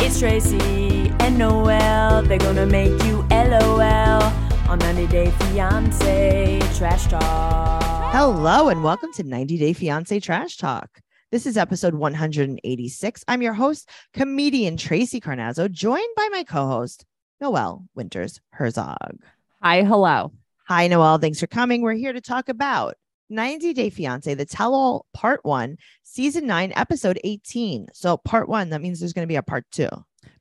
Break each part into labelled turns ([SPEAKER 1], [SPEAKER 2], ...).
[SPEAKER 1] It's Tracy and Noel. They're gonna make you LOL on 90 Day Fiance Trash Talk.
[SPEAKER 2] Hello and welcome to 90 Day Fiance Trash Talk. This is episode 186. I'm your host, comedian Tracy Carnazzo, joined by my co-host, Noelle Winters Herzog.
[SPEAKER 3] Hi, hello.
[SPEAKER 2] Hi, Noelle. Thanks for coming. We're here to talk about 90 Day Fiance, the tell all part one, season nine, episode 18. So, part one, that means there's going to be a part two.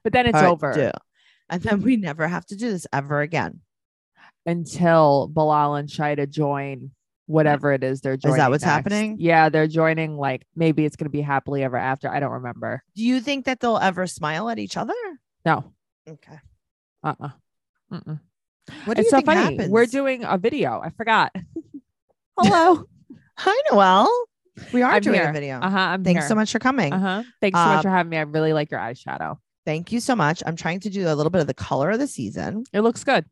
[SPEAKER 3] But then it's
[SPEAKER 2] part
[SPEAKER 3] over
[SPEAKER 2] two. And then we never have to do this ever again.
[SPEAKER 3] until Bilal and Shida join whatever it is they're joining. next.
[SPEAKER 2] what's happening?
[SPEAKER 3] Yeah, they're joining. Like maybe it's gonna be happily ever after. I don't remember.
[SPEAKER 2] Do you think that they'll ever smile at each other?
[SPEAKER 3] No.
[SPEAKER 2] Okay.
[SPEAKER 3] Uh. uh Mm-mm.
[SPEAKER 2] What do
[SPEAKER 3] It's
[SPEAKER 2] you
[SPEAKER 3] so
[SPEAKER 2] think
[SPEAKER 3] funny.
[SPEAKER 2] happens?
[SPEAKER 3] We're doing a video. I forgot.
[SPEAKER 2] Hello. Hi, Noelle. We are
[SPEAKER 3] I'm
[SPEAKER 2] doing a
[SPEAKER 3] here.
[SPEAKER 2] video.
[SPEAKER 3] Uh huh. I'm
[SPEAKER 2] Thanks
[SPEAKER 3] here.
[SPEAKER 2] so much for coming.
[SPEAKER 3] Uh-huh. Thanks so
[SPEAKER 2] Uh,
[SPEAKER 3] much for having me. I really like your eyeshadow.
[SPEAKER 2] Thank you so much. I'm trying to do a little bit of the color of the season.
[SPEAKER 3] It looks good.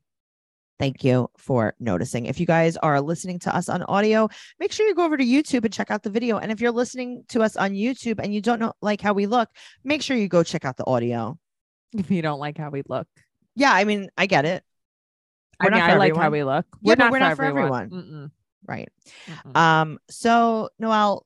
[SPEAKER 2] Thank you for noticing. If you guys are listening to us on audio, make sure you go over to YouTube and check out the video. And if you're listening to us on YouTube and you don't know like how we look, make sure you go check out the audio.
[SPEAKER 3] If you don't like how we look,
[SPEAKER 2] Yeah, I mean, I get it. We're
[SPEAKER 3] I mean,
[SPEAKER 2] not for
[SPEAKER 3] I like how
[SPEAKER 2] everyone.
[SPEAKER 3] we look.
[SPEAKER 2] Yeah, but we're not for Right.
[SPEAKER 3] Mm-mm, mm-mm.
[SPEAKER 2] Um, so Noel,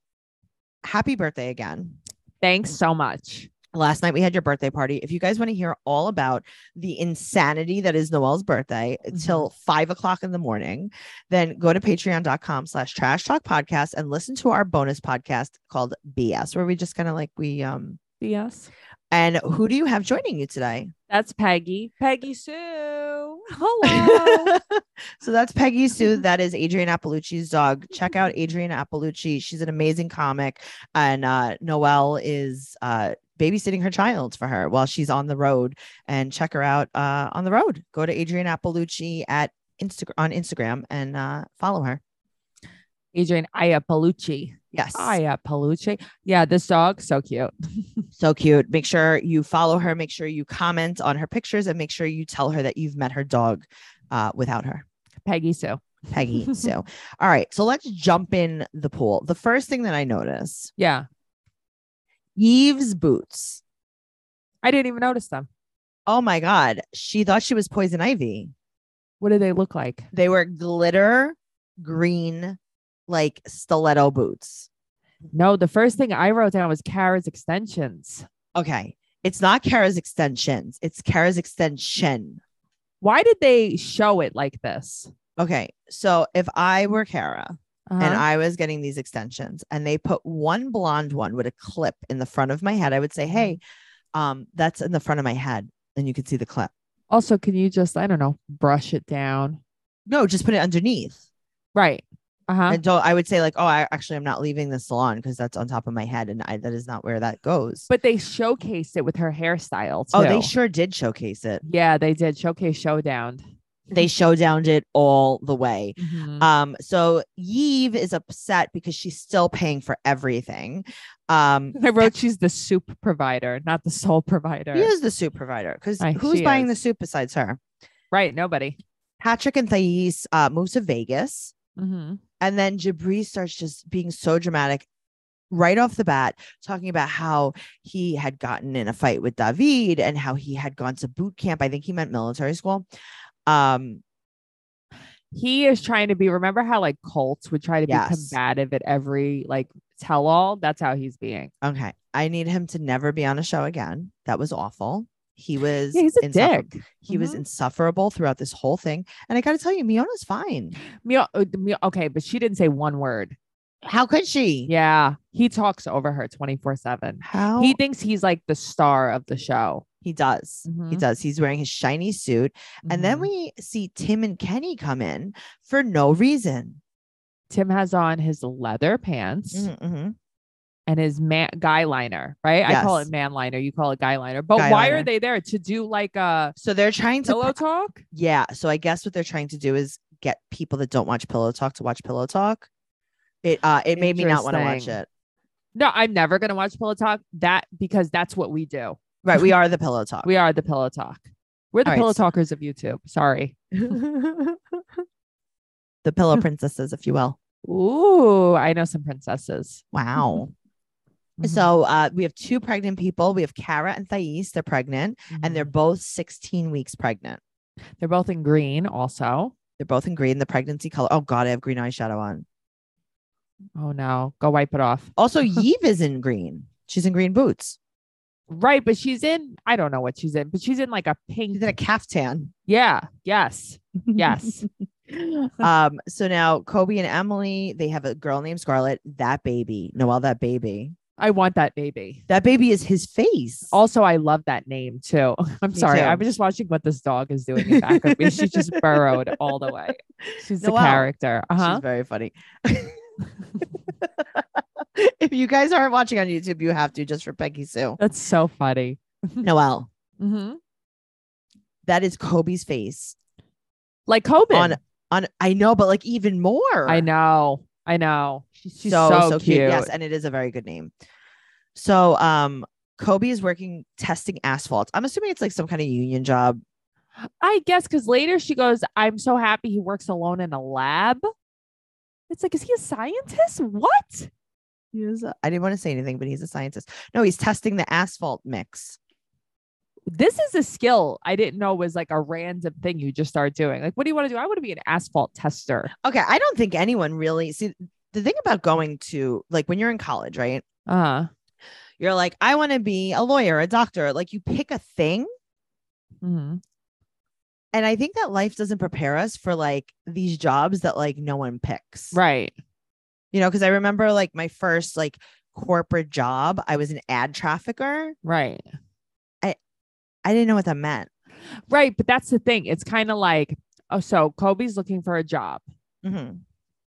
[SPEAKER 2] happy birthday again.
[SPEAKER 3] Thanks so much.
[SPEAKER 2] last night we had your birthday party. If you guys want to hear all about the insanity that is Noel's birthday
[SPEAKER 3] Mhm.
[SPEAKER 2] till five o'clock in the morning, then go to patreon.com slash trash talk podcast and listen to our bonus podcast called BS, where we just kind of like we um
[SPEAKER 3] Yes.
[SPEAKER 2] and who do you have joining you today?
[SPEAKER 3] That's Peggy. Peggy Sue. Hello.
[SPEAKER 2] so that's Peggy Sue. That is Adrian Appalucci's dog. Check out Adrian Appalucci. She's an amazing comic. And uh, Noelle is uh, babysitting her child for her while she's on the road. And check her out uh, on the road. Go to Adrian Appalucci at Instagram on Instagram and uh, follow her.
[SPEAKER 3] Adrian Iapalucci.
[SPEAKER 2] Yes.
[SPEAKER 3] Iapalucci. Yeah, this dog, so cute.
[SPEAKER 2] So cute. Make sure you follow her. Make sure you comment on her pictures and make sure you tell her that you've met her dog uh, without her.
[SPEAKER 3] Peggy Sue.
[SPEAKER 2] Peggy. So, all right. So let's jump in the pool. The first thing that I notice
[SPEAKER 3] Yeah.
[SPEAKER 2] Eve's boots.
[SPEAKER 3] I didn't even notice them.
[SPEAKER 2] Oh my God. She thought she was poison ivy.
[SPEAKER 3] What do they look like?
[SPEAKER 2] They were glitter green, like stiletto boots.
[SPEAKER 3] No, the first thing I wrote down was Kara's extensions.
[SPEAKER 2] Okay. It's not Kara's extensions. It's Kara's extension.
[SPEAKER 3] Why did they show it like this?
[SPEAKER 2] Okay. So if I were Kara and
[SPEAKER 3] Uh-huh.
[SPEAKER 2] I was getting these extensions and they put one blonde one with a clip in the front of my head, I would say, Hey, um, that's in the front of my head. And you can see the clip.
[SPEAKER 3] also, can you just, I don't know, brush it down?
[SPEAKER 2] No, just put it underneath.
[SPEAKER 3] Right. Uh huh.
[SPEAKER 2] And so I would say like, oh, I actually I'm not leaving the salon because that's on top of my head, and I, that is not where that goes.
[SPEAKER 3] But they showcased it with her hairstyle. Too.
[SPEAKER 2] oh, they sure did showcase it.
[SPEAKER 3] Yeah, they did. Showcase Showdown.
[SPEAKER 2] They showdowned it all the way.
[SPEAKER 3] Mhm.
[SPEAKER 2] Um, so Yves is upset because she's still paying for everything. Um,
[SPEAKER 3] I wrote she's the soup provider, not the sole provider.
[SPEAKER 2] he is the soup provider because
[SPEAKER 3] Aye,
[SPEAKER 2] who's
[SPEAKER 3] she
[SPEAKER 2] buying the
[SPEAKER 3] is.
[SPEAKER 2] soup besides her?
[SPEAKER 3] Right. Nobody.
[SPEAKER 2] Patrick and Thais uh, moves to Vegas,
[SPEAKER 3] Mm-hmm.
[SPEAKER 2] and then Jabri starts just being so dramatic. right off the bat talking about how he had gotten in a fight with David and how he had gone to boot camp. I think he meant military school. Um,
[SPEAKER 3] He is trying to be, remember how like cults would try to
[SPEAKER 2] Yes.
[SPEAKER 3] be combative at every like tell all? That's how he's being.
[SPEAKER 2] okay. I need him to never be on a show again. That was awful. He was
[SPEAKER 3] Yeah, he's a
[SPEAKER 2] insuffer-
[SPEAKER 3] dick.
[SPEAKER 2] He was
[SPEAKER 3] Mhm.
[SPEAKER 2] insufferable throughout this whole thing. And I gotta tell you, Miona's fine.
[SPEAKER 3] Mio- uh, Mio- okay, but she didn't say one word.
[SPEAKER 2] How could she?
[SPEAKER 3] Yeah. He talks over her 24 7.
[SPEAKER 2] How
[SPEAKER 3] He
[SPEAKER 2] he,
[SPEAKER 3] thinks he's like the star of the show.
[SPEAKER 2] does. He
[SPEAKER 3] Mhm.
[SPEAKER 2] does. He's wearing his shiny suit. And then
[SPEAKER 3] Mhm.
[SPEAKER 2] we see Tim and Kenny come in for no reason.
[SPEAKER 3] Tim has on his leather pants
[SPEAKER 2] Mhm,
[SPEAKER 3] mm-hmm.
[SPEAKER 2] mhm.
[SPEAKER 3] and his man guy liner, right? I call
[SPEAKER 2] Yes.
[SPEAKER 3] it man liner. You call it guy liner. But
[SPEAKER 2] Guy
[SPEAKER 3] why
[SPEAKER 2] liner.
[SPEAKER 3] are they there to do like a
[SPEAKER 2] So they're trying to
[SPEAKER 3] pillow talk?
[SPEAKER 2] Yeah. So I guess what they're trying to do is get people that don't watch Pillow Talk to watch Pillow Talk. It uh it made me not want to watch
[SPEAKER 3] Interesting.
[SPEAKER 2] it.
[SPEAKER 3] No, I'm never gonna watch Pillow Talk. That because that's what we do.
[SPEAKER 2] Right. We are the Pillow Talk.
[SPEAKER 3] We are the Pillow Talk. We're the
[SPEAKER 2] All right,
[SPEAKER 3] Pillow
[SPEAKER 2] so-
[SPEAKER 3] Talkers of YouTube. Sorry.
[SPEAKER 2] the Pillow Princesses, if you will.
[SPEAKER 3] Ooh, I know some princesses.
[SPEAKER 2] Wow.
[SPEAKER 3] Mhm.
[SPEAKER 2] So uh, we have two pregnant people. We have Kara and Thais. They're pregnant, and they're
[SPEAKER 3] Mhm.
[SPEAKER 2] both 16 weeks pregnant.
[SPEAKER 3] they're both in green also.
[SPEAKER 2] They're both in green, the pregnancy color. Oh God, I have green eyeshadow on.
[SPEAKER 3] Oh no, go wipe it off.
[SPEAKER 2] Also, Yves is in green. She's in green boots.
[SPEAKER 3] Right, but she's in I don't know what she's in, but she's in like a
[SPEAKER 2] She's
[SPEAKER 3] pink.
[SPEAKER 2] in a caftan.
[SPEAKER 3] Yeah, yes. Yes.
[SPEAKER 2] um. So now Kobe and Emily, they have a girl named Scarlett. That baby, Noel. That baby.
[SPEAKER 3] I want that baby.
[SPEAKER 2] That baby is his face.
[SPEAKER 3] Also, I love that name too. I'm
[SPEAKER 2] Me
[SPEAKER 3] sorry.
[SPEAKER 2] too.
[SPEAKER 3] I was just watching what this dog is doing in the back of me. She just burrowed all the way. She's the
[SPEAKER 2] Noelle.
[SPEAKER 3] character. Uh huh.
[SPEAKER 2] She's very funny. if you guys aren't watching on YouTube, you have to just for Peggy Sue.
[SPEAKER 3] That's so funny.
[SPEAKER 2] Noel,
[SPEAKER 3] hmm
[SPEAKER 2] that is Kobe's face.
[SPEAKER 3] Like Coben.
[SPEAKER 2] On on I know, but like even more.
[SPEAKER 3] I know. I know. She's, she's so, cute.
[SPEAKER 2] Yes, and it is a very good name. So um Kobe is working testing asphalt. I'm assuming it's like some kind of union job.
[SPEAKER 3] I guess because later she goes, I'm so happy he works alone in a lab. It's like, is he a scientist? What?
[SPEAKER 2] He is a- I didn't want to say anything, but he's a scientist. No, he's testing the asphalt mix.
[SPEAKER 3] This is a skill I didn't know was like a random thing you just start doing. Like, what do you want to do? I want to be an asphalt tester.
[SPEAKER 2] Okay, I don't think anyone really see the thing about going to like when you're in college, right?
[SPEAKER 3] Uh
[SPEAKER 2] You're like, I want to be a lawyer, a doctor. Like you pick a thing.
[SPEAKER 3] hmm
[SPEAKER 2] And I think that life doesn't prepare us for like these jobs that like no one picks.
[SPEAKER 3] Right.
[SPEAKER 2] You know, because I remember like my first like corporate job, I was an ad trafficker.
[SPEAKER 3] Right.
[SPEAKER 2] I didn't know what that meant.
[SPEAKER 3] Right. But that's the thing. It's kind of like, oh, so Kobe's looking for a job.
[SPEAKER 2] Mhm.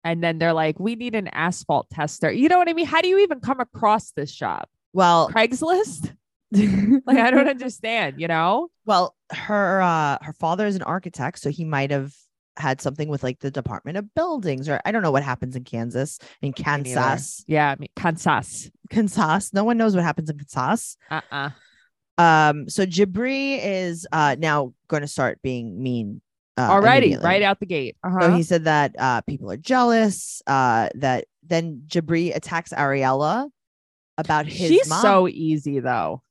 [SPEAKER 3] And then they're like, we need an asphalt tester. You know what I mean? How do you even come across this job?
[SPEAKER 2] Well,
[SPEAKER 3] Craigslist? like, I don't understand, you know?
[SPEAKER 2] well, her uh her father is an architect, so he might have had something with like the Department of Buildings or I don't know what happens in Kansas, in
[SPEAKER 3] neither.
[SPEAKER 2] Kansas.
[SPEAKER 3] Yeah. I mean, Kansas.
[SPEAKER 2] Kansas. No one knows what happens in Kansas.
[SPEAKER 3] Uh uh
[SPEAKER 2] Um, so Jabri is uh now going to start being mean. Uh,
[SPEAKER 3] Alrighty.
[SPEAKER 2] immediately.
[SPEAKER 3] Right out the gate. Uh huh.
[SPEAKER 2] So he said that uh people are jealous. Uh, that then Jabri attacks Ariella about his
[SPEAKER 3] She's
[SPEAKER 2] mom
[SPEAKER 3] so easy though.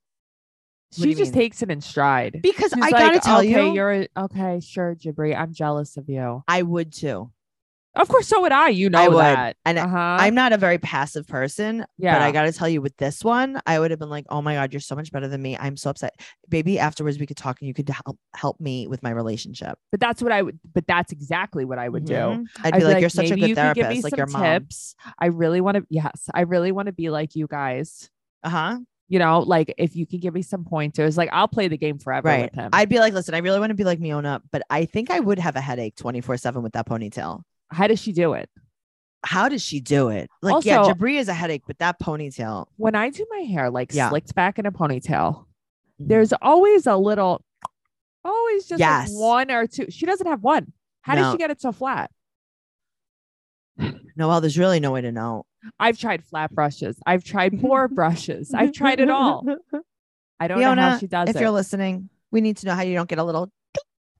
[SPEAKER 2] do
[SPEAKER 3] She
[SPEAKER 2] you
[SPEAKER 3] just
[SPEAKER 2] mean?
[SPEAKER 3] takes it in stride.
[SPEAKER 2] because
[SPEAKER 3] She's
[SPEAKER 2] I
[SPEAKER 3] like,
[SPEAKER 2] gotta tell
[SPEAKER 3] okay,
[SPEAKER 2] you,
[SPEAKER 3] are okay, sure, Jabri. I'm jealous of you.
[SPEAKER 2] I would too.
[SPEAKER 3] Of course, so would I. You know
[SPEAKER 2] I would.
[SPEAKER 3] that.
[SPEAKER 2] And
[SPEAKER 3] uh-huh.
[SPEAKER 2] I'm not a very passive person,
[SPEAKER 3] yeah.
[SPEAKER 2] but I gotta tell you, with this one, I would have been like, "Oh my god, you're so much better than me. I'm so upset." Maybe afterwards we could talk and you could help help me with my relationship.
[SPEAKER 3] but that's what I would. But that's exactly what I would do.
[SPEAKER 2] Mhm.
[SPEAKER 3] Mm-hmm. I'd
[SPEAKER 2] I'd be
[SPEAKER 3] be
[SPEAKER 2] like,
[SPEAKER 3] like,
[SPEAKER 2] "You're such a
[SPEAKER 3] maybe
[SPEAKER 2] good
[SPEAKER 3] you could give me
[SPEAKER 2] therapist, like
[SPEAKER 3] some
[SPEAKER 2] your mom."
[SPEAKER 3] tips. I really want to. Yes, I really want to be like you guys.
[SPEAKER 2] Uh huh.
[SPEAKER 3] You know, like if you can give me some pointers, like I'll play the game forever
[SPEAKER 2] Right.
[SPEAKER 3] with him.
[SPEAKER 2] I'd be like, listen, I really want to be like Miona, but I think I would have a headache 24 7 with that ponytail.
[SPEAKER 3] How does she do it?
[SPEAKER 2] How does she do it? Like, yeah,
[SPEAKER 3] Also-
[SPEAKER 2] Jabri is a headache, but that ponytail.
[SPEAKER 3] When I do my hair, like
[SPEAKER 2] Yeah.
[SPEAKER 3] slicked back in a ponytail,
[SPEAKER 2] Mhm.
[SPEAKER 3] there's always a little always just like
[SPEAKER 2] Yes.
[SPEAKER 3] one or two she doesn't have one how does
[SPEAKER 2] No.
[SPEAKER 3] she get it so flat
[SPEAKER 2] Noelle, there's really no way to know.
[SPEAKER 3] i've tried flat brushes i've tried more brushes i've tried it all i don't know how
[SPEAKER 2] Fiona,
[SPEAKER 3] she does
[SPEAKER 2] if
[SPEAKER 3] it
[SPEAKER 2] you're listening, we need to know how you don't get a little,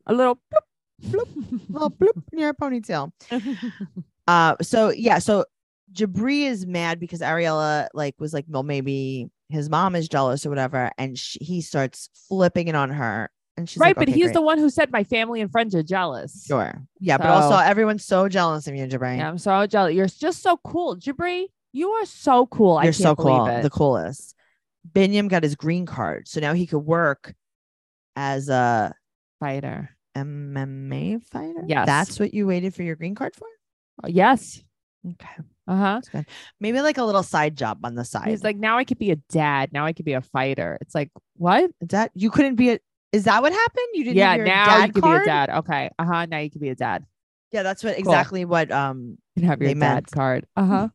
[SPEAKER 3] a little bloop,
[SPEAKER 2] little bloop in your ponytail. Uh, so yeah, so Jabri is mad because Ariella like was like, well, maybe his mom is jealous or whatever, and she, he starts flipping it on her, and she's
[SPEAKER 3] right
[SPEAKER 2] like,
[SPEAKER 3] but
[SPEAKER 2] okay,
[SPEAKER 3] he's
[SPEAKER 2] great.
[SPEAKER 3] the one who said my family and friends are jealous
[SPEAKER 2] sure, yeah, but also
[SPEAKER 3] So-
[SPEAKER 2] everyone's so jealous of you, Jabri.
[SPEAKER 3] yeah, i'm so jealous you're just so cool jabri you are so cool i
[SPEAKER 2] You're
[SPEAKER 3] can't
[SPEAKER 2] so
[SPEAKER 3] believe
[SPEAKER 2] cool.
[SPEAKER 3] it
[SPEAKER 2] The coolest. Binyam got his green card. So now he could work as a
[SPEAKER 3] fighter
[SPEAKER 2] MMA fighter.
[SPEAKER 3] Yes.
[SPEAKER 2] That's what you waited for your green card for?
[SPEAKER 3] Oh, yes
[SPEAKER 2] Okay.
[SPEAKER 3] uh-huh
[SPEAKER 2] Maybe like a little side job on the side.
[SPEAKER 3] he's like now i could be a dad now i could be a fighter it's like what
[SPEAKER 2] Is that you couldn't be a is that what happened? You didn't
[SPEAKER 3] yeah,
[SPEAKER 2] have your
[SPEAKER 3] now
[SPEAKER 2] dad
[SPEAKER 3] you could
[SPEAKER 2] card?
[SPEAKER 3] be a dad. Okay. Uh huh. Now you can be a dad.
[SPEAKER 2] Yeah, that's what exactly what um
[SPEAKER 3] You can have your
[SPEAKER 2] They
[SPEAKER 3] dad
[SPEAKER 2] meant.
[SPEAKER 3] card. Uh huh.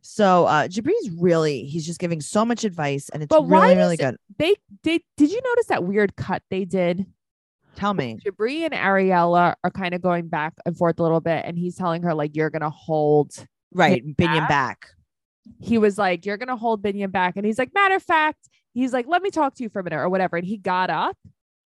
[SPEAKER 2] so uh Jabri's really he's just giving so much advice and it's
[SPEAKER 3] But why
[SPEAKER 2] really, really
[SPEAKER 3] does
[SPEAKER 2] good.
[SPEAKER 3] they did. Did you notice that weird cut they did?
[SPEAKER 2] Tell me.
[SPEAKER 3] Jabri and Ariella are kind of going back and forth a little bit, and he's telling her like, "You're gonna hold."
[SPEAKER 2] Right, Binyam back.
[SPEAKER 3] He was like, "You're gonna hold Binion back," and he's like, "Matter of fact," he's like, "Let me talk to you for a minute or whatever," and he got up.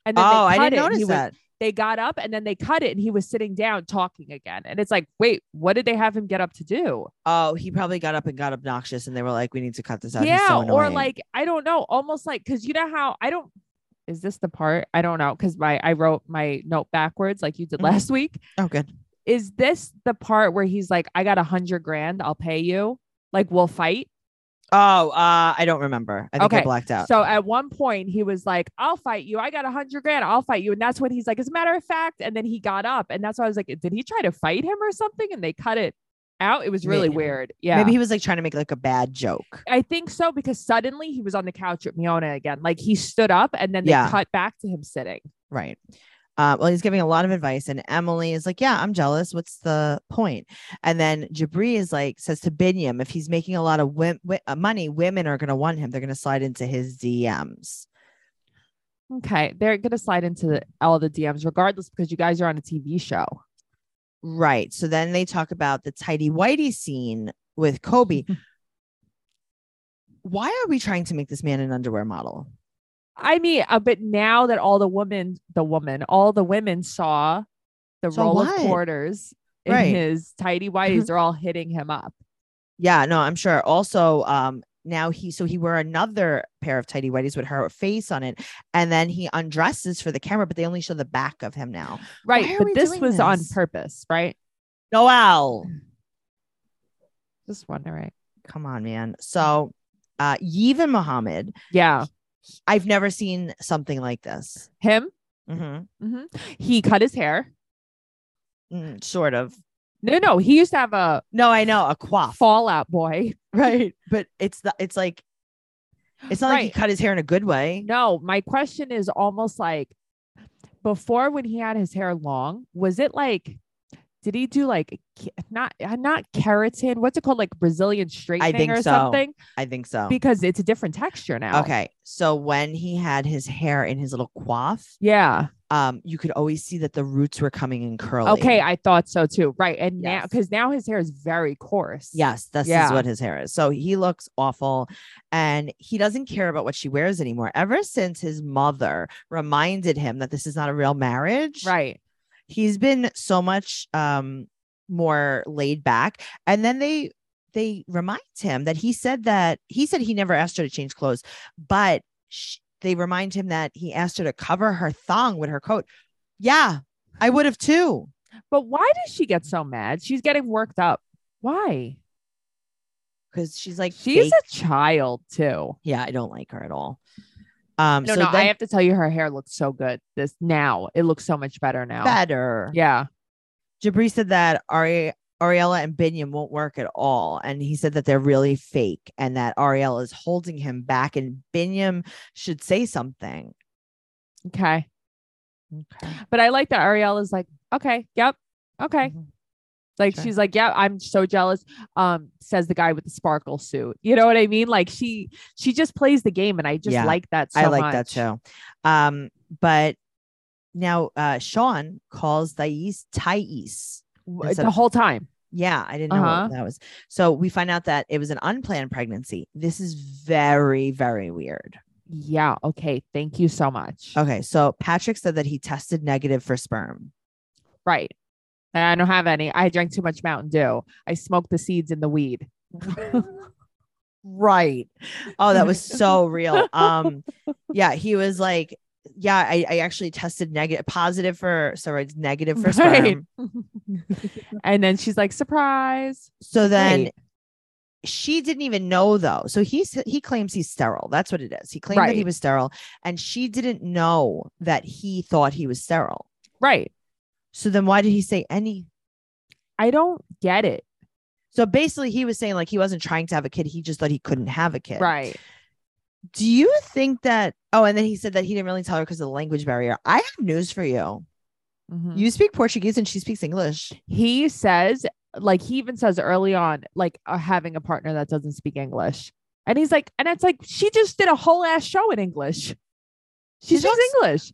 [SPEAKER 3] And then
[SPEAKER 2] Oh,
[SPEAKER 3] they
[SPEAKER 2] I
[SPEAKER 3] cut
[SPEAKER 2] didn't
[SPEAKER 3] it, and he
[SPEAKER 2] notice
[SPEAKER 3] was-
[SPEAKER 2] that.
[SPEAKER 3] They got up and then they cut it and he was sitting down talking again. And it's like, wait, what did they have him get up to do?
[SPEAKER 2] Oh, he probably got up and got obnoxious, and they were like, "We need to cut this out." He's
[SPEAKER 3] yeah.
[SPEAKER 2] so
[SPEAKER 3] or
[SPEAKER 2] annoying."
[SPEAKER 3] like, I don't know, almost like, cause you know how I don't, is this the part? I don't know. Cause my, I wrote my note backwards like you did
[SPEAKER 2] Mhm.
[SPEAKER 3] last week.
[SPEAKER 2] "Oh, good."
[SPEAKER 3] is this the part where he's like, I got a hundred grand, I'll pay you. Like we'll fight.
[SPEAKER 2] Oh, uh, I don't remember. I think I
[SPEAKER 3] Okay,
[SPEAKER 2] blacked out.
[SPEAKER 3] So at one point he was like, I'll fight you. I got a hundred grand, I'll fight you. And that's when he's like, as a matter of fact. And then he got up and that's why I was like, did he try to fight him or something? And they cut it out. It was really
[SPEAKER 2] Maybe.
[SPEAKER 3] weird. Yeah.
[SPEAKER 2] Maybe he was like trying to make like a bad joke.
[SPEAKER 3] I think so because suddenly he was on the couch with Miona again. Like he stood up and then they
[SPEAKER 2] Yeah.
[SPEAKER 3] cut back to him sitting.
[SPEAKER 2] Right. Uh, well, he's giving a lot of advice, and Emily is like, "Yeah, I'm jealous. What's the point?" And then Jabri is like, says to Binyam, "If he's making a lot of wim- wi- uh, money, women are going to want him. They're going to slide into his DMs."
[SPEAKER 3] Okay. They're gonna slide into the, all the DMs regardless because you guys are on a TV show.
[SPEAKER 2] Right. So then they talk about the tidy whitey scene with Kobe. Why are we trying to make this man an underwear model?
[SPEAKER 3] I mean, uh, but now that all the women, the woman, all the women saw the
[SPEAKER 2] Saw
[SPEAKER 3] roll
[SPEAKER 2] what?
[SPEAKER 3] of quarters in
[SPEAKER 2] Right.
[SPEAKER 3] his tidy whities, they're all hitting him up.
[SPEAKER 2] Yeah, no, I'm sure. Also, um, now he so he wore another pair of tidy whities with her face on it, and then he undresses for the camera, but they only show the back of him now. Why
[SPEAKER 3] Right.
[SPEAKER 2] are
[SPEAKER 3] But
[SPEAKER 2] we
[SPEAKER 3] this
[SPEAKER 2] doing
[SPEAKER 3] was on
[SPEAKER 2] this?
[SPEAKER 3] purpose, right?
[SPEAKER 2] Noel,
[SPEAKER 3] Just wondering.
[SPEAKER 2] come on, man. So, uh, Yevon Muhammad,
[SPEAKER 3] Yeah.
[SPEAKER 2] I've never seen something like this.
[SPEAKER 3] Him, Mm-hmm.
[SPEAKER 2] Mhm.
[SPEAKER 3] he cut his hair.
[SPEAKER 2] Mm, sort of.
[SPEAKER 3] No, no. He used to have a
[SPEAKER 2] No, I know a quaff,
[SPEAKER 3] fallout boy.
[SPEAKER 2] right? But it's the it's like it's not like he
[SPEAKER 3] Right.
[SPEAKER 2] cut his hair in a good way.
[SPEAKER 3] No, my question is almost like before when he had his hair long, was it like, did he do like ke- not uh, not keratin? What's it called? Like Brazilian straightening
[SPEAKER 2] think
[SPEAKER 3] or
[SPEAKER 2] so.
[SPEAKER 3] something?
[SPEAKER 2] I think so.
[SPEAKER 3] because it's a different texture now.
[SPEAKER 2] Oh. Okay, so when he had his hair in his little quaff,
[SPEAKER 3] Yeah.
[SPEAKER 2] um, you could always see that the roots were coming in curly.
[SPEAKER 3] Okay. I thought so too. Right. And now,
[SPEAKER 2] Yes.
[SPEAKER 3] because now his hair is very coarse.
[SPEAKER 2] Yes, this is
[SPEAKER 3] Yeah.
[SPEAKER 2] what his hair is. So he looks awful and he doesn't care about what she wears anymore. Ever since his mother reminded him that this is not a real marriage,
[SPEAKER 3] Right.
[SPEAKER 2] he's been so much um more laid back. And then they they remind him that he said that he said he never asked her to change clothes, but sh- they remind him that he asked her to cover her thong with her coat. Yeah, I would have too.
[SPEAKER 3] But why does she get so mad? She's getting worked up. Why?
[SPEAKER 2] because she's like
[SPEAKER 3] She's
[SPEAKER 2] fake.
[SPEAKER 3] a child too.
[SPEAKER 2] yeah, I don't like her at all. Um,
[SPEAKER 3] No,
[SPEAKER 2] so
[SPEAKER 3] no. I
[SPEAKER 2] then
[SPEAKER 3] have to tell you, her hair looks so good. This now it looks so much better now.
[SPEAKER 2] better.
[SPEAKER 3] Yeah.
[SPEAKER 2] Jabri said that Ari. Ariella and Binyam won't work at all. And he said that they're really fake and that Ariella is holding him back and Binyam should say something.
[SPEAKER 3] Okay.
[SPEAKER 2] Okay.
[SPEAKER 3] But I like that Ariel is like, okay, yep, okay.
[SPEAKER 2] Mm-hmm.
[SPEAKER 3] Like
[SPEAKER 2] Sure.
[SPEAKER 3] she's like, yeah, I'm so jealous. Um, says the guy with the sparkle suit. You know what I mean? Like she she just plays the game, and I just
[SPEAKER 2] Yeah,
[SPEAKER 3] like that. So
[SPEAKER 2] I like that
[SPEAKER 3] much.
[SPEAKER 2] too. Um, but now uh, Sean calls Thais Thais.
[SPEAKER 3] W-
[SPEAKER 2] instead
[SPEAKER 3] The
[SPEAKER 2] of-
[SPEAKER 3] whole time.
[SPEAKER 2] Yeah, I didn't know
[SPEAKER 3] Uh-huh.
[SPEAKER 2] what that was. So we find out that it was an unplanned pregnancy. This is very, very weird.
[SPEAKER 3] Yeah. Okay. Thank you so much.
[SPEAKER 2] Okay, so Patrick said that he tested negative for sperm.
[SPEAKER 3] Right. And I don't have any. I drank too much Mountain Dew. I smoked the seeds in the weed.
[SPEAKER 2] Right. Oh, that was so real. Um, yeah, he was like, yeah, I, I actually tested negative, positive for steroids, negative for sperm.
[SPEAKER 3] Right. and then she's like, surprise.
[SPEAKER 2] So then
[SPEAKER 3] Right.
[SPEAKER 2] she didn't even know though. So he s- he claims he's sterile. That's what it is. He claimed that he
[SPEAKER 3] Right.
[SPEAKER 2] was sterile, and she didn't know that he thought he was sterile.
[SPEAKER 3] Right.
[SPEAKER 2] So then why did he say any?
[SPEAKER 3] I don't get it.
[SPEAKER 2] So basically, he was saying like he wasn't trying to have a kid. He just thought he couldn't have a kid.
[SPEAKER 3] Right.
[SPEAKER 2] Do you think that? Oh, and then he said that he didn't really tell her because of the language barrier. I have news for you.
[SPEAKER 3] Mhm.
[SPEAKER 2] You speak Portuguese and she speaks English.
[SPEAKER 3] he says like he even says early on like uh, having a partner that doesn't speak english and he's like and it's like she just did a whole ass show in english she
[SPEAKER 2] She
[SPEAKER 3] speaks
[SPEAKER 2] talks-
[SPEAKER 3] english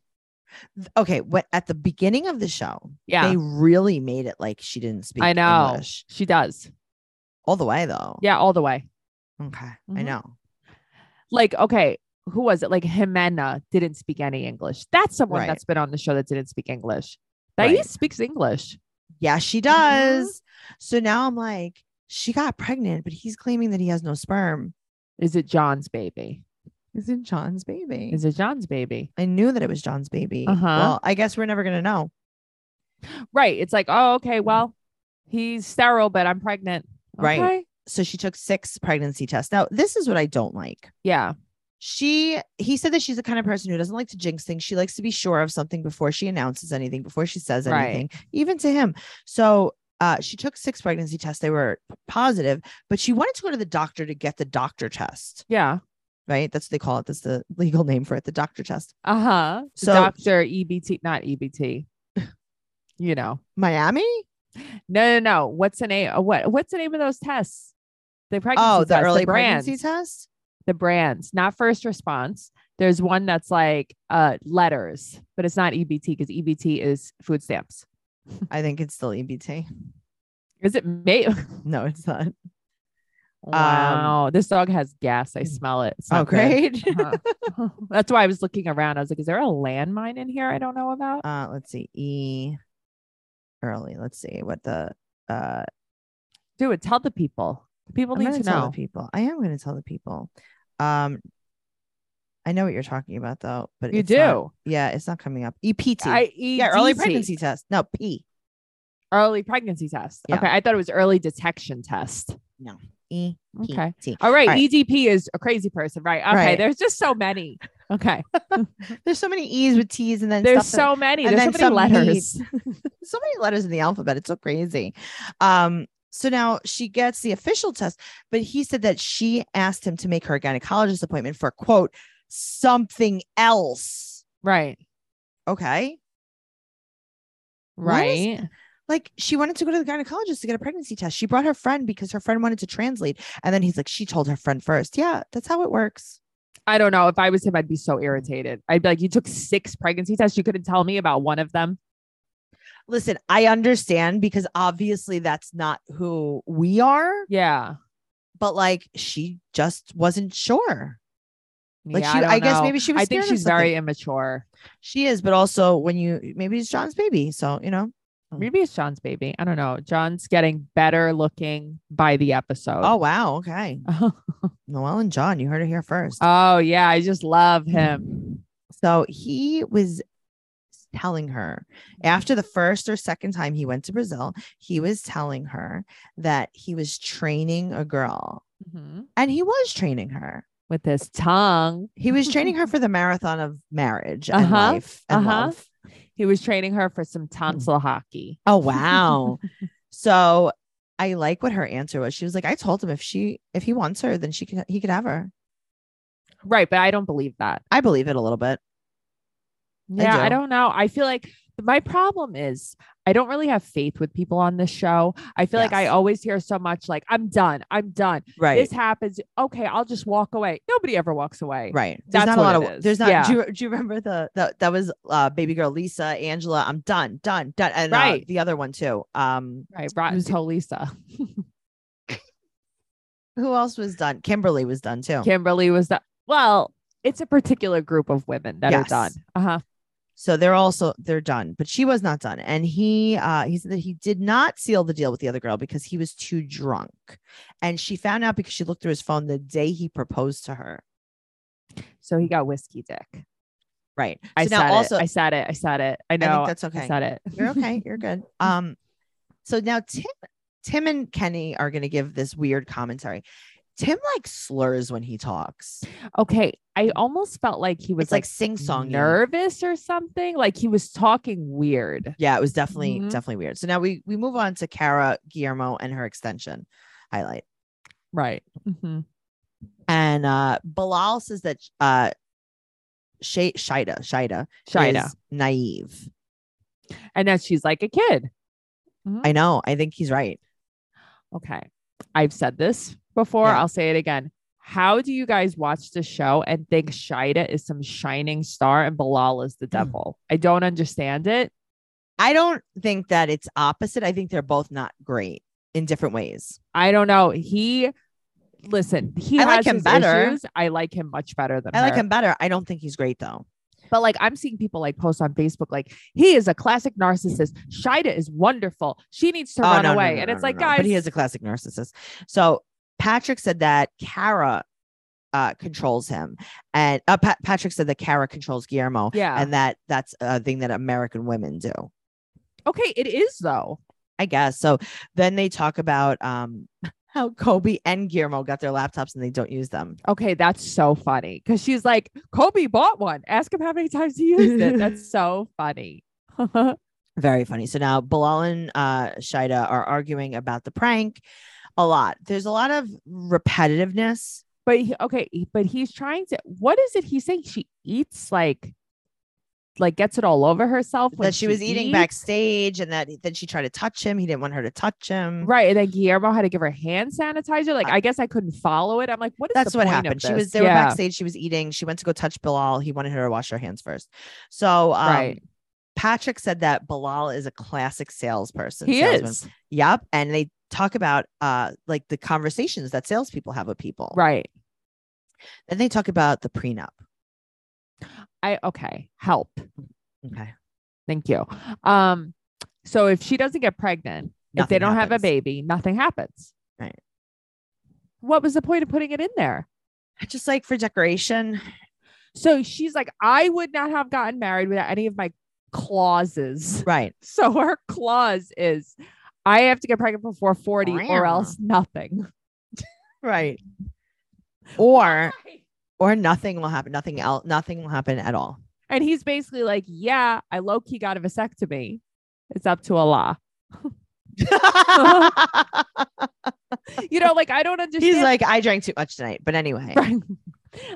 [SPEAKER 2] Th- Okay, what at the beginning of the show,
[SPEAKER 3] yeah
[SPEAKER 2] they really made it like she didn't speak
[SPEAKER 3] i know
[SPEAKER 2] English
[SPEAKER 3] she does
[SPEAKER 2] all the way though.
[SPEAKER 3] yeah all the way
[SPEAKER 2] Okay, I
[SPEAKER 3] Mhm.
[SPEAKER 2] know.
[SPEAKER 3] like okay who was it? Like Jimena didn't speak any English. That's someone
[SPEAKER 2] Right.
[SPEAKER 3] that's been on the show that didn't speak English. Thais
[SPEAKER 2] Right.
[SPEAKER 3] speaks English.
[SPEAKER 2] Yeah, she does.
[SPEAKER 3] Mm-hmm.
[SPEAKER 2] So now I'm like, she got pregnant, but he's claiming that he has no sperm.
[SPEAKER 3] Is it John's baby?
[SPEAKER 2] Is it John's baby?
[SPEAKER 3] Is it John's baby?
[SPEAKER 2] I knew that it was John's baby.
[SPEAKER 3] Uh-huh.
[SPEAKER 2] Well, I guess we're never gonna know.
[SPEAKER 3] Right. It's like, oh, okay, well, he's sterile, but I'm pregnant.
[SPEAKER 2] Right.
[SPEAKER 3] Okay.
[SPEAKER 2] So she took six pregnancy tests. Now, this is what I don't like.
[SPEAKER 3] Yeah.
[SPEAKER 2] She he said that she's the kind of person who doesn't like to jinx things. She likes to be sure of something before she announces anything, before she says
[SPEAKER 3] Right.
[SPEAKER 2] anything, even to him. So uh, she took six pregnancy tests. They were positive, but she wanted to go to the doctor to get the doctor test,
[SPEAKER 3] Yeah.
[SPEAKER 2] right? That's what they call it. That's the legal name for it, the doctor test.
[SPEAKER 3] Uh huh.
[SPEAKER 2] So-
[SPEAKER 3] Doctor EBT, not EBT. you know,
[SPEAKER 2] Miami?
[SPEAKER 3] no, no, no. What's the name? uh, What What's the name of those tests? The pregnancy
[SPEAKER 2] Oh, the
[SPEAKER 3] tests,
[SPEAKER 2] early
[SPEAKER 3] the brands,
[SPEAKER 2] pregnancy test?
[SPEAKER 3] the brands, not first response. There's one that's like uh letters, but it's not E EBT because EBT is food stamps.
[SPEAKER 2] I think it's still EBT.
[SPEAKER 3] Is it made?
[SPEAKER 2] No, it's not. Um,
[SPEAKER 3] Wow, this dog has gas. I smell it. It's
[SPEAKER 2] Oh,
[SPEAKER 3] not good.
[SPEAKER 2] great.
[SPEAKER 3] Uh-huh. That's why I was looking around. I was like, is there a landmine in here I don't know about?
[SPEAKER 2] uh let's see e early let's see what the uh
[SPEAKER 3] Do it. Tell the people. The people
[SPEAKER 2] i'm
[SPEAKER 3] need
[SPEAKER 2] gonna
[SPEAKER 3] to
[SPEAKER 2] tell
[SPEAKER 3] know.
[SPEAKER 2] the people i am gonna tell the people um i know what you're talking about though but
[SPEAKER 3] You
[SPEAKER 2] it's not-
[SPEAKER 3] do.
[SPEAKER 2] yeah it's not coming up ept
[SPEAKER 3] I E
[SPEAKER 2] yeah early
[SPEAKER 3] D T.
[SPEAKER 2] pregnancy test no p
[SPEAKER 3] Early pregnancy test.
[SPEAKER 2] Yeah.
[SPEAKER 3] Okay. I thought it was early detection test.
[SPEAKER 2] e
[SPEAKER 3] Okay.
[SPEAKER 2] T.
[SPEAKER 3] All right.
[SPEAKER 2] All right.
[SPEAKER 3] EDP is a crazy person, right? Okay.
[SPEAKER 2] Right.
[SPEAKER 3] There's just so many. Okay.
[SPEAKER 2] there's so many e's with t's and then
[SPEAKER 3] There's
[SPEAKER 2] stuff
[SPEAKER 3] so
[SPEAKER 2] that-
[SPEAKER 3] many.
[SPEAKER 2] and
[SPEAKER 3] There's so
[SPEAKER 2] then
[SPEAKER 3] many
[SPEAKER 2] some
[SPEAKER 3] letters.
[SPEAKER 2] so many letters in the alphabet it's so crazy um so now she gets the official test but he said that she asked him to make her a gynecologist appointment for quote something else
[SPEAKER 3] Right.
[SPEAKER 2] okay What is-
[SPEAKER 3] Right.
[SPEAKER 2] like she wanted to go to the gynecologist to get a pregnancy test she brought her friend because her friend wanted to translate and then he's like she told her friend first yeah that's how it works
[SPEAKER 3] I don't know. If I was him, I'd be so irritated. I'd be like, you took six pregnancy tests. You couldn't tell me about one of them.
[SPEAKER 2] listen i understand because obviously that's not who we are
[SPEAKER 3] Yeah.
[SPEAKER 2] but like she just wasn't sure like
[SPEAKER 3] yeah,
[SPEAKER 2] she
[SPEAKER 3] I,
[SPEAKER 2] i,
[SPEAKER 3] don't
[SPEAKER 2] guess
[SPEAKER 3] know.
[SPEAKER 2] maybe she was
[SPEAKER 3] I think
[SPEAKER 2] scared of
[SPEAKER 3] she's
[SPEAKER 2] something.
[SPEAKER 3] very immature.
[SPEAKER 2] She is, but also when you maybe it's John's baby, so you know.
[SPEAKER 3] Maybe it's John's baby. I don't know. John's getting better looking by the
[SPEAKER 2] Oh
[SPEAKER 3] episode.
[SPEAKER 2] wow, okay.
[SPEAKER 3] Oh,
[SPEAKER 2] Noel and John, you heard it here first.
[SPEAKER 3] yeah. I just love him.
[SPEAKER 2] so he was telling her after the first or second time he went to Brazil, he was telling her that he was training a girl,
[SPEAKER 3] Mhm.
[SPEAKER 2] and he was training her.
[SPEAKER 3] With his tongue.
[SPEAKER 2] He was training her for the marathon of marriage and
[SPEAKER 3] Uh-huh,
[SPEAKER 2] life and
[SPEAKER 3] uh-huh.
[SPEAKER 2] love. Mm-hmm.
[SPEAKER 3] He was training her for some tonsil hockey.
[SPEAKER 2] Oh wow. so I like what her answer was. She was like, I told him if she if he wants her, then she can he could have her.
[SPEAKER 3] Right. But I don't believe that.
[SPEAKER 2] I believe it a little bit.
[SPEAKER 3] Yeah. I,
[SPEAKER 2] do.
[SPEAKER 3] don't know. I feel like my problem is I don't really have faith with people on this show. I feel like I
[SPEAKER 2] Yes.
[SPEAKER 3] always hear so much like, I'm done. I'm done.
[SPEAKER 2] Right.
[SPEAKER 3] This happens. Okay. I'll just walk away. Nobody ever walks away.
[SPEAKER 2] right. There's
[SPEAKER 3] That's
[SPEAKER 2] not a
[SPEAKER 3] what
[SPEAKER 2] lot
[SPEAKER 3] it
[SPEAKER 2] of
[SPEAKER 3] is.
[SPEAKER 2] there's not
[SPEAKER 3] Yeah.
[SPEAKER 2] do, you, do you remember the, the that was uh baby girl Lisa, Angela, I'm done, done, done. And uh,
[SPEAKER 3] Right.
[SPEAKER 2] the other one too. Um
[SPEAKER 3] Right. Rotten
[SPEAKER 2] Who's-
[SPEAKER 3] Tolisa.
[SPEAKER 2] who else was done? Kimberly was done too.
[SPEAKER 3] Kimberly was that. Well, it's a particular group of women that
[SPEAKER 2] Yes.
[SPEAKER 3] are done. Uh huh.
[SPEAKER 2] so they're also they're done, but she was not done. And he uh he said that he did not seal the deal with the other girl because he was too drunk. And she found out because she looked through his phone the day he proposed to her.
[SPEAKER 3] So he got whiskey dick.
[SPEAKER 2] Right.
[SPEAKER 3] I
[SPEAKER 2] so
[SPEAKER 3] said
[SPEAKER 2] now also
[SPEAKER 3] it. I said it. I said it. I
[SPEAKER 2] think
[SPEAKER 3] know.
[SPEAKER 2] that's okay.
[SPEAKER 3] I said it.
[SPEAKER 2] You're okay. You're good. Um, so now Tim, Tim and Kenny are going to give this weird commentary. Tim like slurs when he talks.
[SPEAKER 3] okay. I almost felt like he was
[SPEAKER 2] It's like
[SPEAKER 3] like,
[SPEAKER 2] sing song
[SPEAKER 3] nervous or something. Like he was talking weird.
[SPEAKER 2] Yeah, it was definitely
[SPEAKER 3] Mhm.
[SPEAKER 2] definitely weird. So now we we move on to Cara Guillermo and her extension highlight.
[SPEAKER 3] Right. hmm
[SPEAKER 2] And uh Bilal says that uh Shay Shida Shida
[SPEAKER 3] Shida.
[SPEAKER 2] is naive.
[SPEAKER 3] And then she's like a kid. Mhm.
[SPEAKER 2] I know. I think he's right.
[SPEAKER 3] okay. I've said this before.
[SPEAKER 2] Yeah.
[SPEAKER 3] I'll say it again. How do you guys watch the show and think Shida is some shining star and Bilal
[SPEAKER 2] Hmm.
[SPEAKER 3] is the devil? I don't understand it.
[SPEAKER 2] I don't think that it's opposite. I think they're both not great in different ways.
[SPEAKER 3] I don't know. He listen, he
[SPEAKER 2] I
[SPEAKER 3] has
[SPEAKER 2] like him
[SPEAKER 3] his
[SPEAKER 2] better.
[SPEAKER 3] issues. I like him much better than
[SPEAKER 2] I like
[SPEAKER 3] her.
[SPEAKER 2] him better. I don't think he's great though.
[SPEAKER 3] But like I'm seeing people like post on Facebook, like he is a classic narcissist. Shida is wonderful. She needs to
[SPEAKER 2] Oh,
[SPEAKER 3] run
[SPEAKER 2] no, no,
[SPEAKER 3] away.
[SPEAKER 2] no,
[SPEAKER 3] and
[SPEAKER 2] no,
[SPEAKER 3] it's
[SPEAKER 2] no,
[SPEAKER 3] like,
[SPEAKER 2] no.
[SPEAKER 3] guys,
[SPEAKER 2] but he is a classic narcissist. So Patrick said that Kara uh, controls him, and uh, Pa- Patrick said that Kara controls Guillermo,
[SPEAKER 3] yeah.
[SPEAKER 2] and that that's a thing that American women do.
[SPEAKER 3] okay, it is though.
[SPEAKER 2] I guess. So then they talk about um how Kobe and Guillermo got their laptops and they don't use them.
[SPEAKER 3] Okay, that's so funny because she's like, Kobe bought one. Ask him how many times he used it. That's so funny.
[SPEAKER 2] Very funny. So now Bilal and uh, Shida are arguing about the prank a lot. There's a lot of repetitiveness.
[SPEAKER 3] But he, okay, he- but he's trying to. What is it he's saying? She eats like, like gets it all over herself when
[SPEAKER 2] that she was eating
[SPEAKER 3] eats?
[SPEAKER 2] backstage and that then she tried to touch him. He didn't want her to touch him.
[SPEAKER 3] Right, and then Guillermo had to give her hand sanitizer. Like, I guess I couldn't follow it. I'm like, what is
[SPEAKER 2] That's
[SPEAKER 3] the
[SPEAKER 2] what
[SPEAKER 3] point of
[SPEAKER 2] happened. She
[SPEAKER 3] this?
[SPEAKER 2] was they were
[SPEAKER 3] Yeah.
[SPEAKER 2] backstage. She was eating. She went to go touch Bilal. He wanted her to wash her hands first. So um,
[SPEAKER 3] Right.
[SPEAKER 2] Patrick said that Bilal is a classic salesperson.
[SPEAKER 3] He
[SPEAKER 2] salesman.
[SPEAKER 3] is
[SPEAKER 2] Yep. And they talk about uh like the conversations that salespeople have with people.
[SPEAKER 3] right.
[SPEAKER 2] Then they talk about the prenup.
[SPEAKER 3] I okay. Help.
[SPEAKER 2] Okay.
[SPEAKER 3] Thank you. Um, so if she doesn't get pregnant, if they
[SPEAKER 2] Nothing
[SPEAKER 3] don't have a
[SPEAKER 2] happens.
[SPEAKER 3] baby, nothing happens.
[SPEAKER 2] Right.
[SPEAKER 3] What was the point of putting it in there?
[SPEAKER 2] Just like for decoration.
[SPEAKER 3] So she's like, I would not have gotten married without any of my clauses.
[SPEAKER 2] Right.
[SPEAKER 3] So her clause is, I have to get pregnant before 40 or else nothing.
[SPEAKER 2] Right. Or or nothing will happen. Nothing else nothing will happen at all.
[SPEAKER 3] And he's basically like, Yeah, I low key got a vasectomy. It's up to Allah. You know, like I don't understand.
[SPEAKER 2] He's like, I drank too much tonight. But anyway.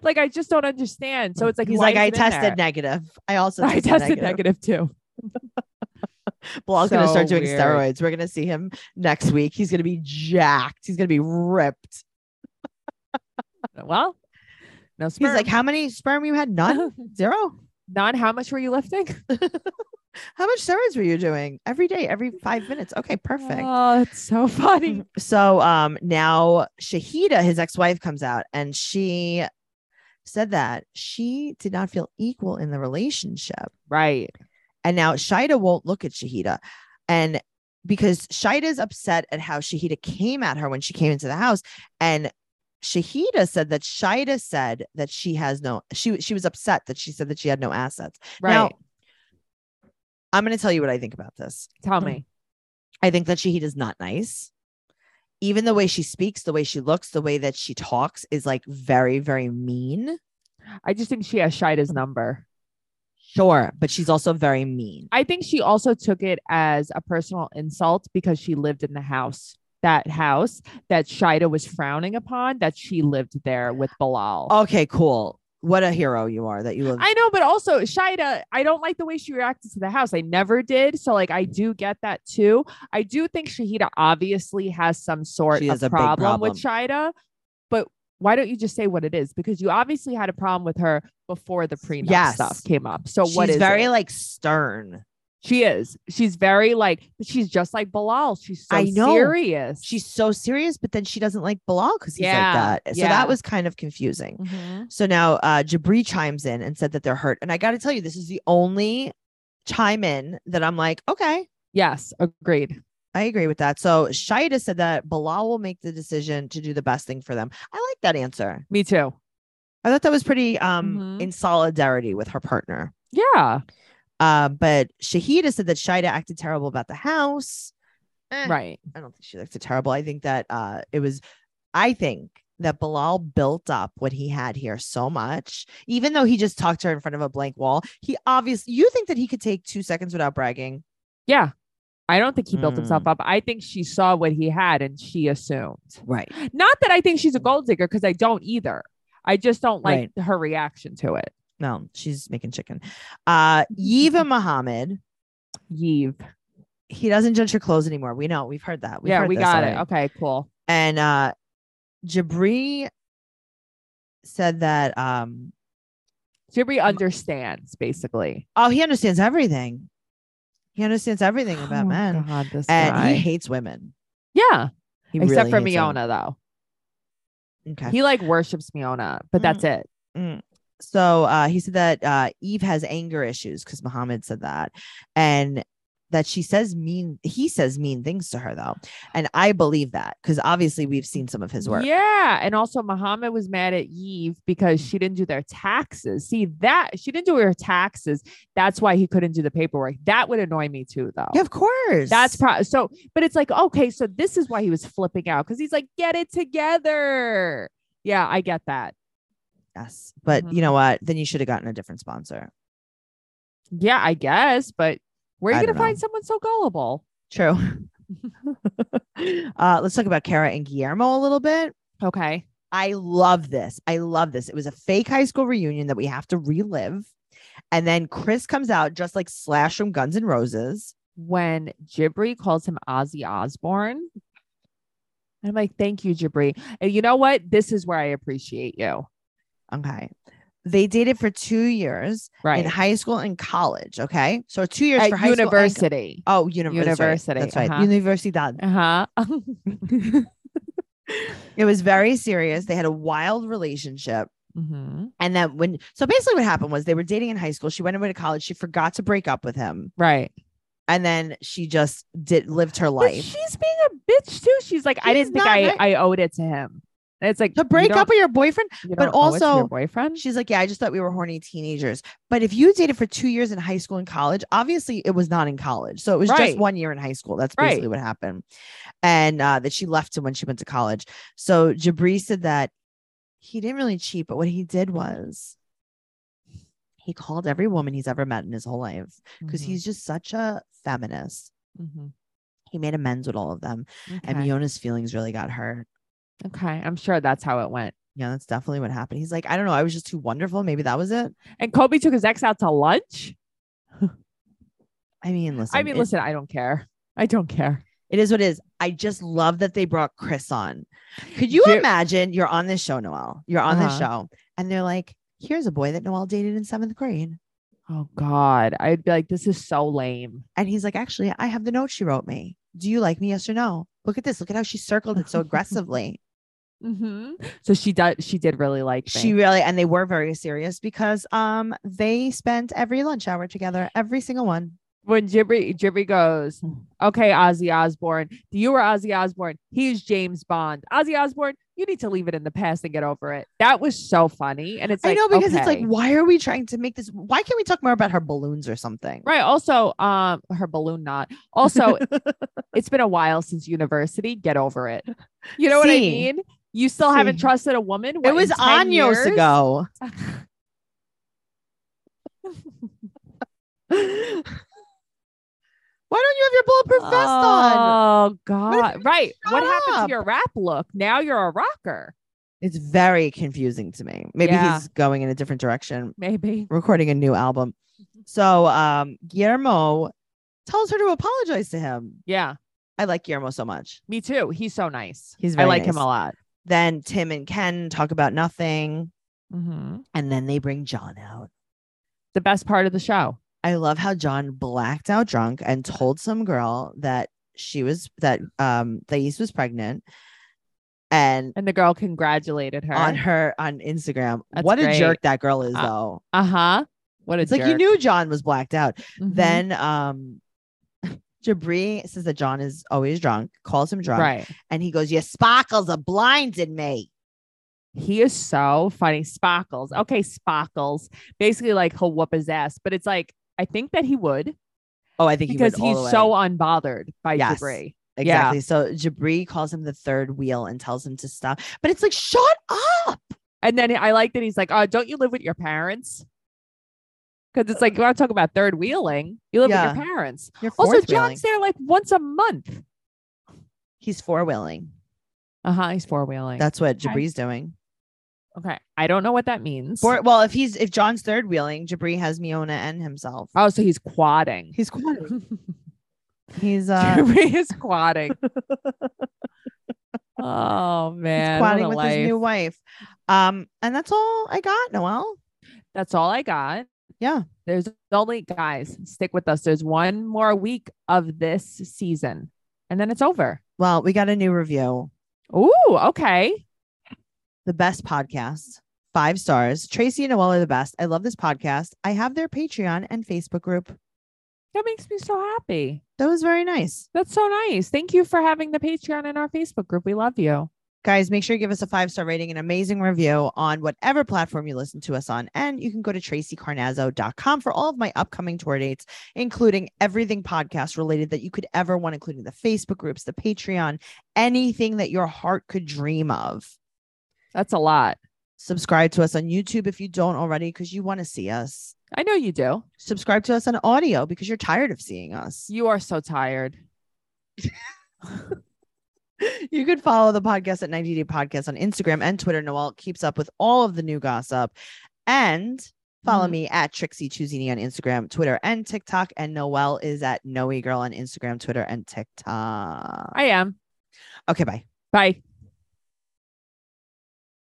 [SPEAKER 3] like I just don't understand. So it's like
[SPEAKER 2] He's
[SPEAKER 3] why
[SPEAKER 2] like,
[SPEAKER 3] is
[SPEAKER 2] I
[SPEAKER 3] it in there?
[SPEAKER 2] tested negative. I also
[SPEAKER 3] I
[SPEAKER 2] tested
[SPEAKER 3] tested
[SPEAKER 2] negative.
[SPEAKER 3] negative too.
[SPEAKER 2] Bilal's gonna start
[SPEAKER 3] So
[SPEAKER 2] doing
[SPEAKER 3] weird.
[SPEAKER 2] steroids. We're gonna see him next week. He's gonna be jacked. He's gonna be ripped.
[SPEAKER 3] Well, no
[SPEAKER 2] He's
[SPEAKER 3] sperm.
[SPEAKER 2] like, How many sperm you had? None? Zero?
[SPEAKER 3] non. How much were you lifting?
[SPEAKER 2] How much steroids were you doing every day, every five minutes? Okay, perfect.
[SPEAKER 3] Oh, it's so funny.
[SPEAKER 2] So um now Shahida, his ex-wife, comes out and she said that she did not feel equal in the relationship.
[SPEAKER 3] Right.
[SPEAKER 2] And now Shida won't look at Shahida. And because Shida's upset at how Shahida came at her when she came into the house. And Shahida said that Shida said that she has no she she was upset that she said that she had no assets.
[SPEAKER 3] Right.
[SPEAKER 2] Now, I'm gonna tell you what I think about this.
[SPEAKER 3] Tell me.
[SPEAKER 2] I think that Shahid is not nice. Even the way she speaks, the way she looks, the way that she talks is like very, very mean.
[SPEAKER 3] I just think she has Shida's number.
[SPEAKER 2] Sure, but she's also very mean.
[SPEAKER 3] I think she also took it as a personal insult because she lived in the house, that house that Shida was frowning upon, that she lived there with Bilal.
[SPEAKER 2] Okay, cool. What a hero you are that you live.
[SPEAKER 3] I know, but also Shida, I don't like the way she reacted to the house. I never did. So like I do get that too. I do think Shahida obviously has some sort
[SPEAKER 2] She
[SPEAKER 3] of
[SPEAKER 2] has a big
[SPEAKER 3] problem with Shida, but why don't you just say what it is? Because you obviously had a problem with her before the prenup
[SPEAKER 2] Yes.
[SPEAKER 3] stuff came up. So
[SPEAKER 2] she's
[SPEAKER 3] what is
[SPEAKER 2] very
[SPEAKER 3] it?
[SPEAKER 2] like stern.
[SPEAKER 3] she is. She's very like but she's just like Bilal. She's so
[SPEAKER 2] I know.
[SPEAKER 3] serious.
[SPEAKER 2] She's so serious, but then she doesn't like Bilal because he's
[SPEAKER 3] Yeah,
[SPEAKER 2] like that. So
[SPEAKER 3] yeah.
[SPEAKER 2] that was kind of confusing.
[SPEAKER 3] Mhm.
[SPEAKER 2] So now uh, Jabri chimes in and said that they're hurt. And I got to tell you, this is the only chime in that I'm like, okay,
[SPEAKER 3] Yes, agreed.
[SPEAKER 2] I agree with that. So Shaida said that Bilal will make the decision to do the best thing for them. I like that answer.
[SPEAKER 3] Me too.
[SPEAKER 2] I thought that was pretty um
[SPEAKER 3] Mhm.
[SPEAKER 2] in solidarity with her partner.
[SPEAKER 3] Yeah.
[SPEAKER 2] Uh, but Shahida said that Shaida acted terrible about the house. Eh,
[SPEAKER 3] Right.
[SPEAKER 2] I don't think she acted terrible. I think that uh it was I think that Bilal built up what he had here so much, even though he just talked to her in front of a blank wall. He obviously you think that he could take two seconds without bragging.
[SPEAKER 3] Yeah. I don't think he built himself
[SPEAKER 2] Mm.
[SPEAKER 3] up. I think she saw what he had and she assumed.
[SPEAKER 2] Right.
[SPEAKER 3] Not that I think she's a gold digger because I don't either. I just don't like her reaction to it.
[SPEAKER 2] No, she's making chicken. Uh Yeva Muhammad.
[SPEAKER 3] Yeeve.
[SPEAKER 2] he doesn't judge her clothes anymore. We know. We've heard that. We've
[SPEAKER 3] yeah,
[SPEAKER 2] heard
[SPEAKER 3] we
[SPEAKER 2] this
[SPEAKER 3] got it.
[SPEAKER 2] already.
[SPEAKER 3] Okay, cool.
[SPEAKER 2] And uh Jabri said that um
[SPEAKER 3] Jibri understands basically
[SPEAKER 2] oh he understands everything. He understands everything about
[SPEAKER 3] Oh,
[SPEAKER 2] men.
[SPEAKER 3] God, this
[SPEAKER 2] And
[SPEAKER 3] guy.
[SPEAKER 2] he hates women.
[SPEAKER 3] yeah,
[SPEAKER 2] He
[SPEAKER 3] except
[SPEAKER 2] really
[SPEAKER 3] for
[SPEAKER 2] hates women.
[SPEAKER 3] Miona though.
[SPEAKER 2] Okay. Hmm.
[SPEAKER 3] He like worships Miona, but that's it.
[SPEAKER 2] so uh, he said that uh, Eve has anger issues because Muhammad said that, and that she says mean. He says mean things to her though, and I believe that because obviously we've seen some of his work.
[SPEAKER 3] Yeah. And also Muhammad was mad at Eve because
[SPEAKER 2] Mm.
[SPEAKER 3] she didn't do their taxes. See that she didn't do her taxes. That's why he couldn't do the paperwork. That would annoy me too, though.
[SPEAKER 2] Yeah, of course.
[SPEAKER 3] That's pro- so, but it's like, okay, so this is why he was flipping out because he's like, get it together. Yeah, I get that.
[SPEAKER 2] yes. But
[SPEAKER 3] Mhm.
[SPEAKER 2] you know what? Then you should have gotten a different sponsor.
[SPEAKER 3] Yeah, I guess, but where are
[SPEAKER 2] I
[SPEAKER 3] you going
[SPEAKER 2] don't
[SPEAKER 3] to
[SPEAKER 2] know.
[SPEAKER 3] find someone so gullible?
[SPEAKER 2] True. uh, let's talk about Kara and Guillermo a little bit.
[SPEAKER 3] Okay.
[SPEAKER 2] I love this. I love this. It was a fake high school reunion that we have to relive. And then Chris comes out just like Slash from Guns N' Roses.
[SPEAKER 3] When Jibri calls him Ozzy Osbourne, I'm like, thank you, Jibri. And you know what? This is where I appreciate you.
[SPEAKER 2] Okay. They dated for two years
[SPEAKER 3] Right.
[SPEAKER 2] in high school and college. Okay. So two years for
[SPEAKER 3] At
[SPEAKER 2] high school. and-
[SPEAKER 3] university.
[SPEAKER 2] Oh, university.
[SPEAKER 3] University,
[SPEAKER 2] That's right.
[SPEAKER 3] uh-huh.
[SPEAKER 2] Universidad.
[SPEAKER 3] Uh huh.
[SPEAKER 2] It was very serious. They had a wild relationship.
[SPEAKER 3] Mm-hmm.
[SPEAKER 2] And then when, so basically what happened was they were dating in high school. She went away to college. She forgot to break up with him.
[SPEAKER 3] Right.
[SPEAKER 2] And then she just did lived her
[SPEAKER 3] But
[SPEAKER 2] life.
[SPEAKER 3] she's being a bitch too. She's like, I
[SPEAKER 2] She's
[SPEAKER 3] didn't think
[SPEAKER 2] not,
[SPEAKER 3] I,
[SPEAKER 2] right?
[SPEAKER 3] I owed it to him. And it's like
[SPEAKER 2] to
[SPEAKER 3] you
[SPEAKER 2] break
[SPEAKER 3] don't-
[SPEAKER 2] up with your boyfriend,
[SPEAKER 3] you
[SPEAKER 2] but
[SPEAKER 3] don't owe it to
[SPEAKER 2] also
[SPEAKER 3] your boyfriend.
[SPEAKER 2] She's like, yeah, I just thought we were horny teenagers. But if you dated for two years in high school and college, obviously it was not in college. So it was just
[SPEAKER 3] Right.
[SPEAKER 2] one year in high school. That's
[SPEAKER 3] Right.
[SPEAKER 2] basically what happened. And uh, that she left him when she went to college. So Jabri said that he didn't really cheat, but what he did was he called every woman he's ever met in his whole life because
[SPEAKER 3] Mm-hmm.
[SPEAKER 2] he's just such a feminist. He made amends with all of them. And
[SPEAKER 3] Mm-hmm. okay.
[SPEAKER 2] Miona's feelings really got hurt.
[SPEAKER 3] okay. I'm sure that's how it went.
[SPEAKER 2] Yeah, that's definitely what happened. He's like, I don't know. I was just too wonderful. Maybe that was it.
[SPEAKER 3] And Kobe took his ex out to lunch.
[SPEAKER 2] I mean, listen.
[SPEAKER 3] I mean,
[SPEAKER 2] it-
[SPEAKER 3] listen, I don't care. I don't care.
[SPEAKER 2] It is what it is. I just love that they brought Chris on. Could you
[SPEAKER 3] Jer-
[SPEAKER 2] imagine you're on this show, Noel? You're on this show, and they're like, here's a boy that Noel dated in seventh grade.
[SPEAKER 3] Oh God. I'd be like, this is so lame.
[SPEAKER 2] And he's like, actually, I have the note she wrote me. Do you like me? Yes or no? Look at this. Look at how she circled it so aggressively.
[SPEAKER 3] hmm So she did she did really like me.
[SPEAKER 2] she really, and they were very serious because um they spent every lunch hour together, every single one.
[SPEAKER 3] when Jibri Jibri goes, okay, Ozzy Osbourne, you were Ozzy Osbourne. He's James Bond. Ozzy Osbourne, you need to leave it in the past and get over it. That was so funny, and it's
[SPEAKER 2] I
[SPEAKER 3] like,
[SPEAKER 2] know because it's
[SPEAKER 3] okay.
[SPEAKER 2] like, why are we trying to make this? Why can't we talk more about her balloons or something?
[SPEAKER 3] right. Also, um, her balloon knot. Also, it's been a while since university. Get over it. You know what I
[SPEAKER 2] See.
[SPEAKER 3] mean? You still haven't
[SPEAKER 2] See.
[SPEAKER 3] trusted a woman. What,
[SPEAKER 2] It was
[SPEAKER 3] in 10
[SPEAKER 2] años
[SPEAKER 3] years?
[SPEAKER 2] ago. Why don't you have your bulletproof vest on?
[SPEAKER 3] Oh
[SPEAKER 2] if
[SPEAKER 3] God! Right. What happened
[SPEAKER 2] up?
[SPEAKER 3] to your rap look? Now you're a rocker,
[SPEAKER 2] It's very confusing to me. Maybe
[SPEAKER 3] Yeah.
[SPEAKER 2] he's going in a different direction,
[SPEAKER 3] maybe.
[SPEAKER 2] recording a new album. So um Guillermo tells her to apologize to him.
[SPEAKER 3] Yeah.
[SPEAKER 2] I like Guillermo so much.
[SPEAKER 3] Me too. He's so nice.
[SPEAKER 2] He's
[SPEAKER 3] I
[SPEAKER 2] very
[SPEAKER 3] like him
[SPEAKER 2] nice.
[SPEAKER 3] a lot.
[SPEAKER 2] Then Tim and Ken talk about nothing,
[SPEAKER 3] Mm-hmm.
[SPEAKER 2] and then they bring John out.
[SPEAKER 3] The best part of the show.
[SPEAKER 2] I love how John blacked out drunk and told some girl that she was that um Thais was pregnant. And
[SPEAKER 3] And the girl congratulated her.
[SPEAKER 2] on her on Instagram.
[SPEAKER 3] That's
[SPEAKER 2] what a
[SPEAKER 3] great.
[SPEAKER 2] jerk that girl is,
[SPEAKER 3] Uh,
[SPEAKER 2] though.
[SPEAKER 3] Uh huh. What a
[SPEAKER 2] It's like you
[SPEAKER 3] jerk.
[SPEAKER 2] knew John was blacked out.
[SPEAKER 3] Mhm.
[SPEAKER 2] Then um Jabri says that John is always drunk, calls him drunk,
[SPEAKER 3] Right.
[SPEAKER 2] and he goes, Your sparkles are blinding me.
[SPEAKER 3] He is so funny. Spockles. Okay, Spockles. Basically, like he'll whoop his ass, but it's like I think that he would
[SPEAKER 2] Oh, I think
[SPEAKER 3] because
[SPEAKER 2] he went all
[SPEAKER 3] he's
[SPEAKER 2] the
[SPEAKER 3] so
[SPEAKER 2] way.
[SPEAKER 3] unbothered by
[SPEAKER 2] Yes.
[SPEAKER 3] Jabri.
[SPEAKER 2] exactly. So Jabri calls him the third wheel and tells him to stop. But it's like, shut up.
[SPEAKER 3] And then I like that he's like, "Oh, don't you live with your parents?" Because it's like you want to talk about third wheeling. You live with
[SPEAKER 2] Yeah.
[SPEAKER 3] your parents.
[SPEAKER 2] You're
[SPEAKER 3] Also,
[SPEAKER 2] fourth
[SPEAKER 3] John's
[SPEAKER 2] wheeling.
[SPEAKER 3] there like once a month.
[SPEAKER 2] He's four wheeling.
[SPEAKER 3] Uh huh. He's four wheeling.
[SPEAKER 2] That's what
[SPEAKER 3] Okay.
[SPEAKER 2] Jabri's doing.
[SPEAKER 3] Okay. I don't know what that means.
[SPEAKER 2] Four, well, if he's if John's third wheeling, Jabri has Miona and himself.
[SPEAKER 3] oh, so he's quadding.
[SPEAKER 2] He's quadding. He's uh
[SPEAKER 3] Jeremy is quadding. oh
[SPEAKER 2] He's
[SPEAKER 3] man. what
[SPEAKER 2] plotting
[SPEAKER 3] a
[SPEAKER 2] with
[SPEAKER 3] life.
[SPEAKER 2] his new wife. Um, and that's all I got, Noel.
[SPEAKER 3] That's all I got.
[SPEAKER 2] Yeah.
[SPEAKER 3] There's only guys, stick with us. There's one more week of this season. And then it's over.
[SPEAKER 2] Well, we got a new review.
[SPEAKER 3] Ooh, okay.
[SPEAKER 2] the best podcast. Five stars. Tracy and Noel are the best. I love this podcast. I have their Patreon and Facebook group.
[SPEAKER 3] That makes me so happy.
[SPEAKER 2] That was very nice.
[SPEAKER 3] That's so nice. Thank you for having the Patreon and our Facebook group. We love you.
[SPEAKER 2] Guys, make sure you give us a five star rating and amazing review on whatever platform you listen to us on. And you can go to tracycarnazzo.com for all of my upcoming tour dates, including everything podcast related that you could ever want, including the Facebook groups, the Patreon, anything that your heart could dream of.
[SPEAKER 3] That's a lot.
[SPEAKER 2] Subscribe to us on YouTube if you don't already, because you want to see us.
[SPEAKER 3] I know you do.
[SPEAKER 2] Subscribe to us on audio because you're tired of seeing us.
[SPEAKER 3] You are so tired.
[SPEAKER 2] You can follow the podcast at 90 Day Podcast on Instagram and Twitter. Noel keeps up with all of the new gossip. And follow
[SPEAKER 3] Mhm.
[SPEAKER 2] me at Trixie Chuzini on Instagram, Twitter, and TikTok. And Noel is at Noe Girl on Instagram, Twitter, and TikTok.
[SPEAKER 3] I am.
[SPEAKER 2] Okay, bye.
[SPEAKER 3] Bye.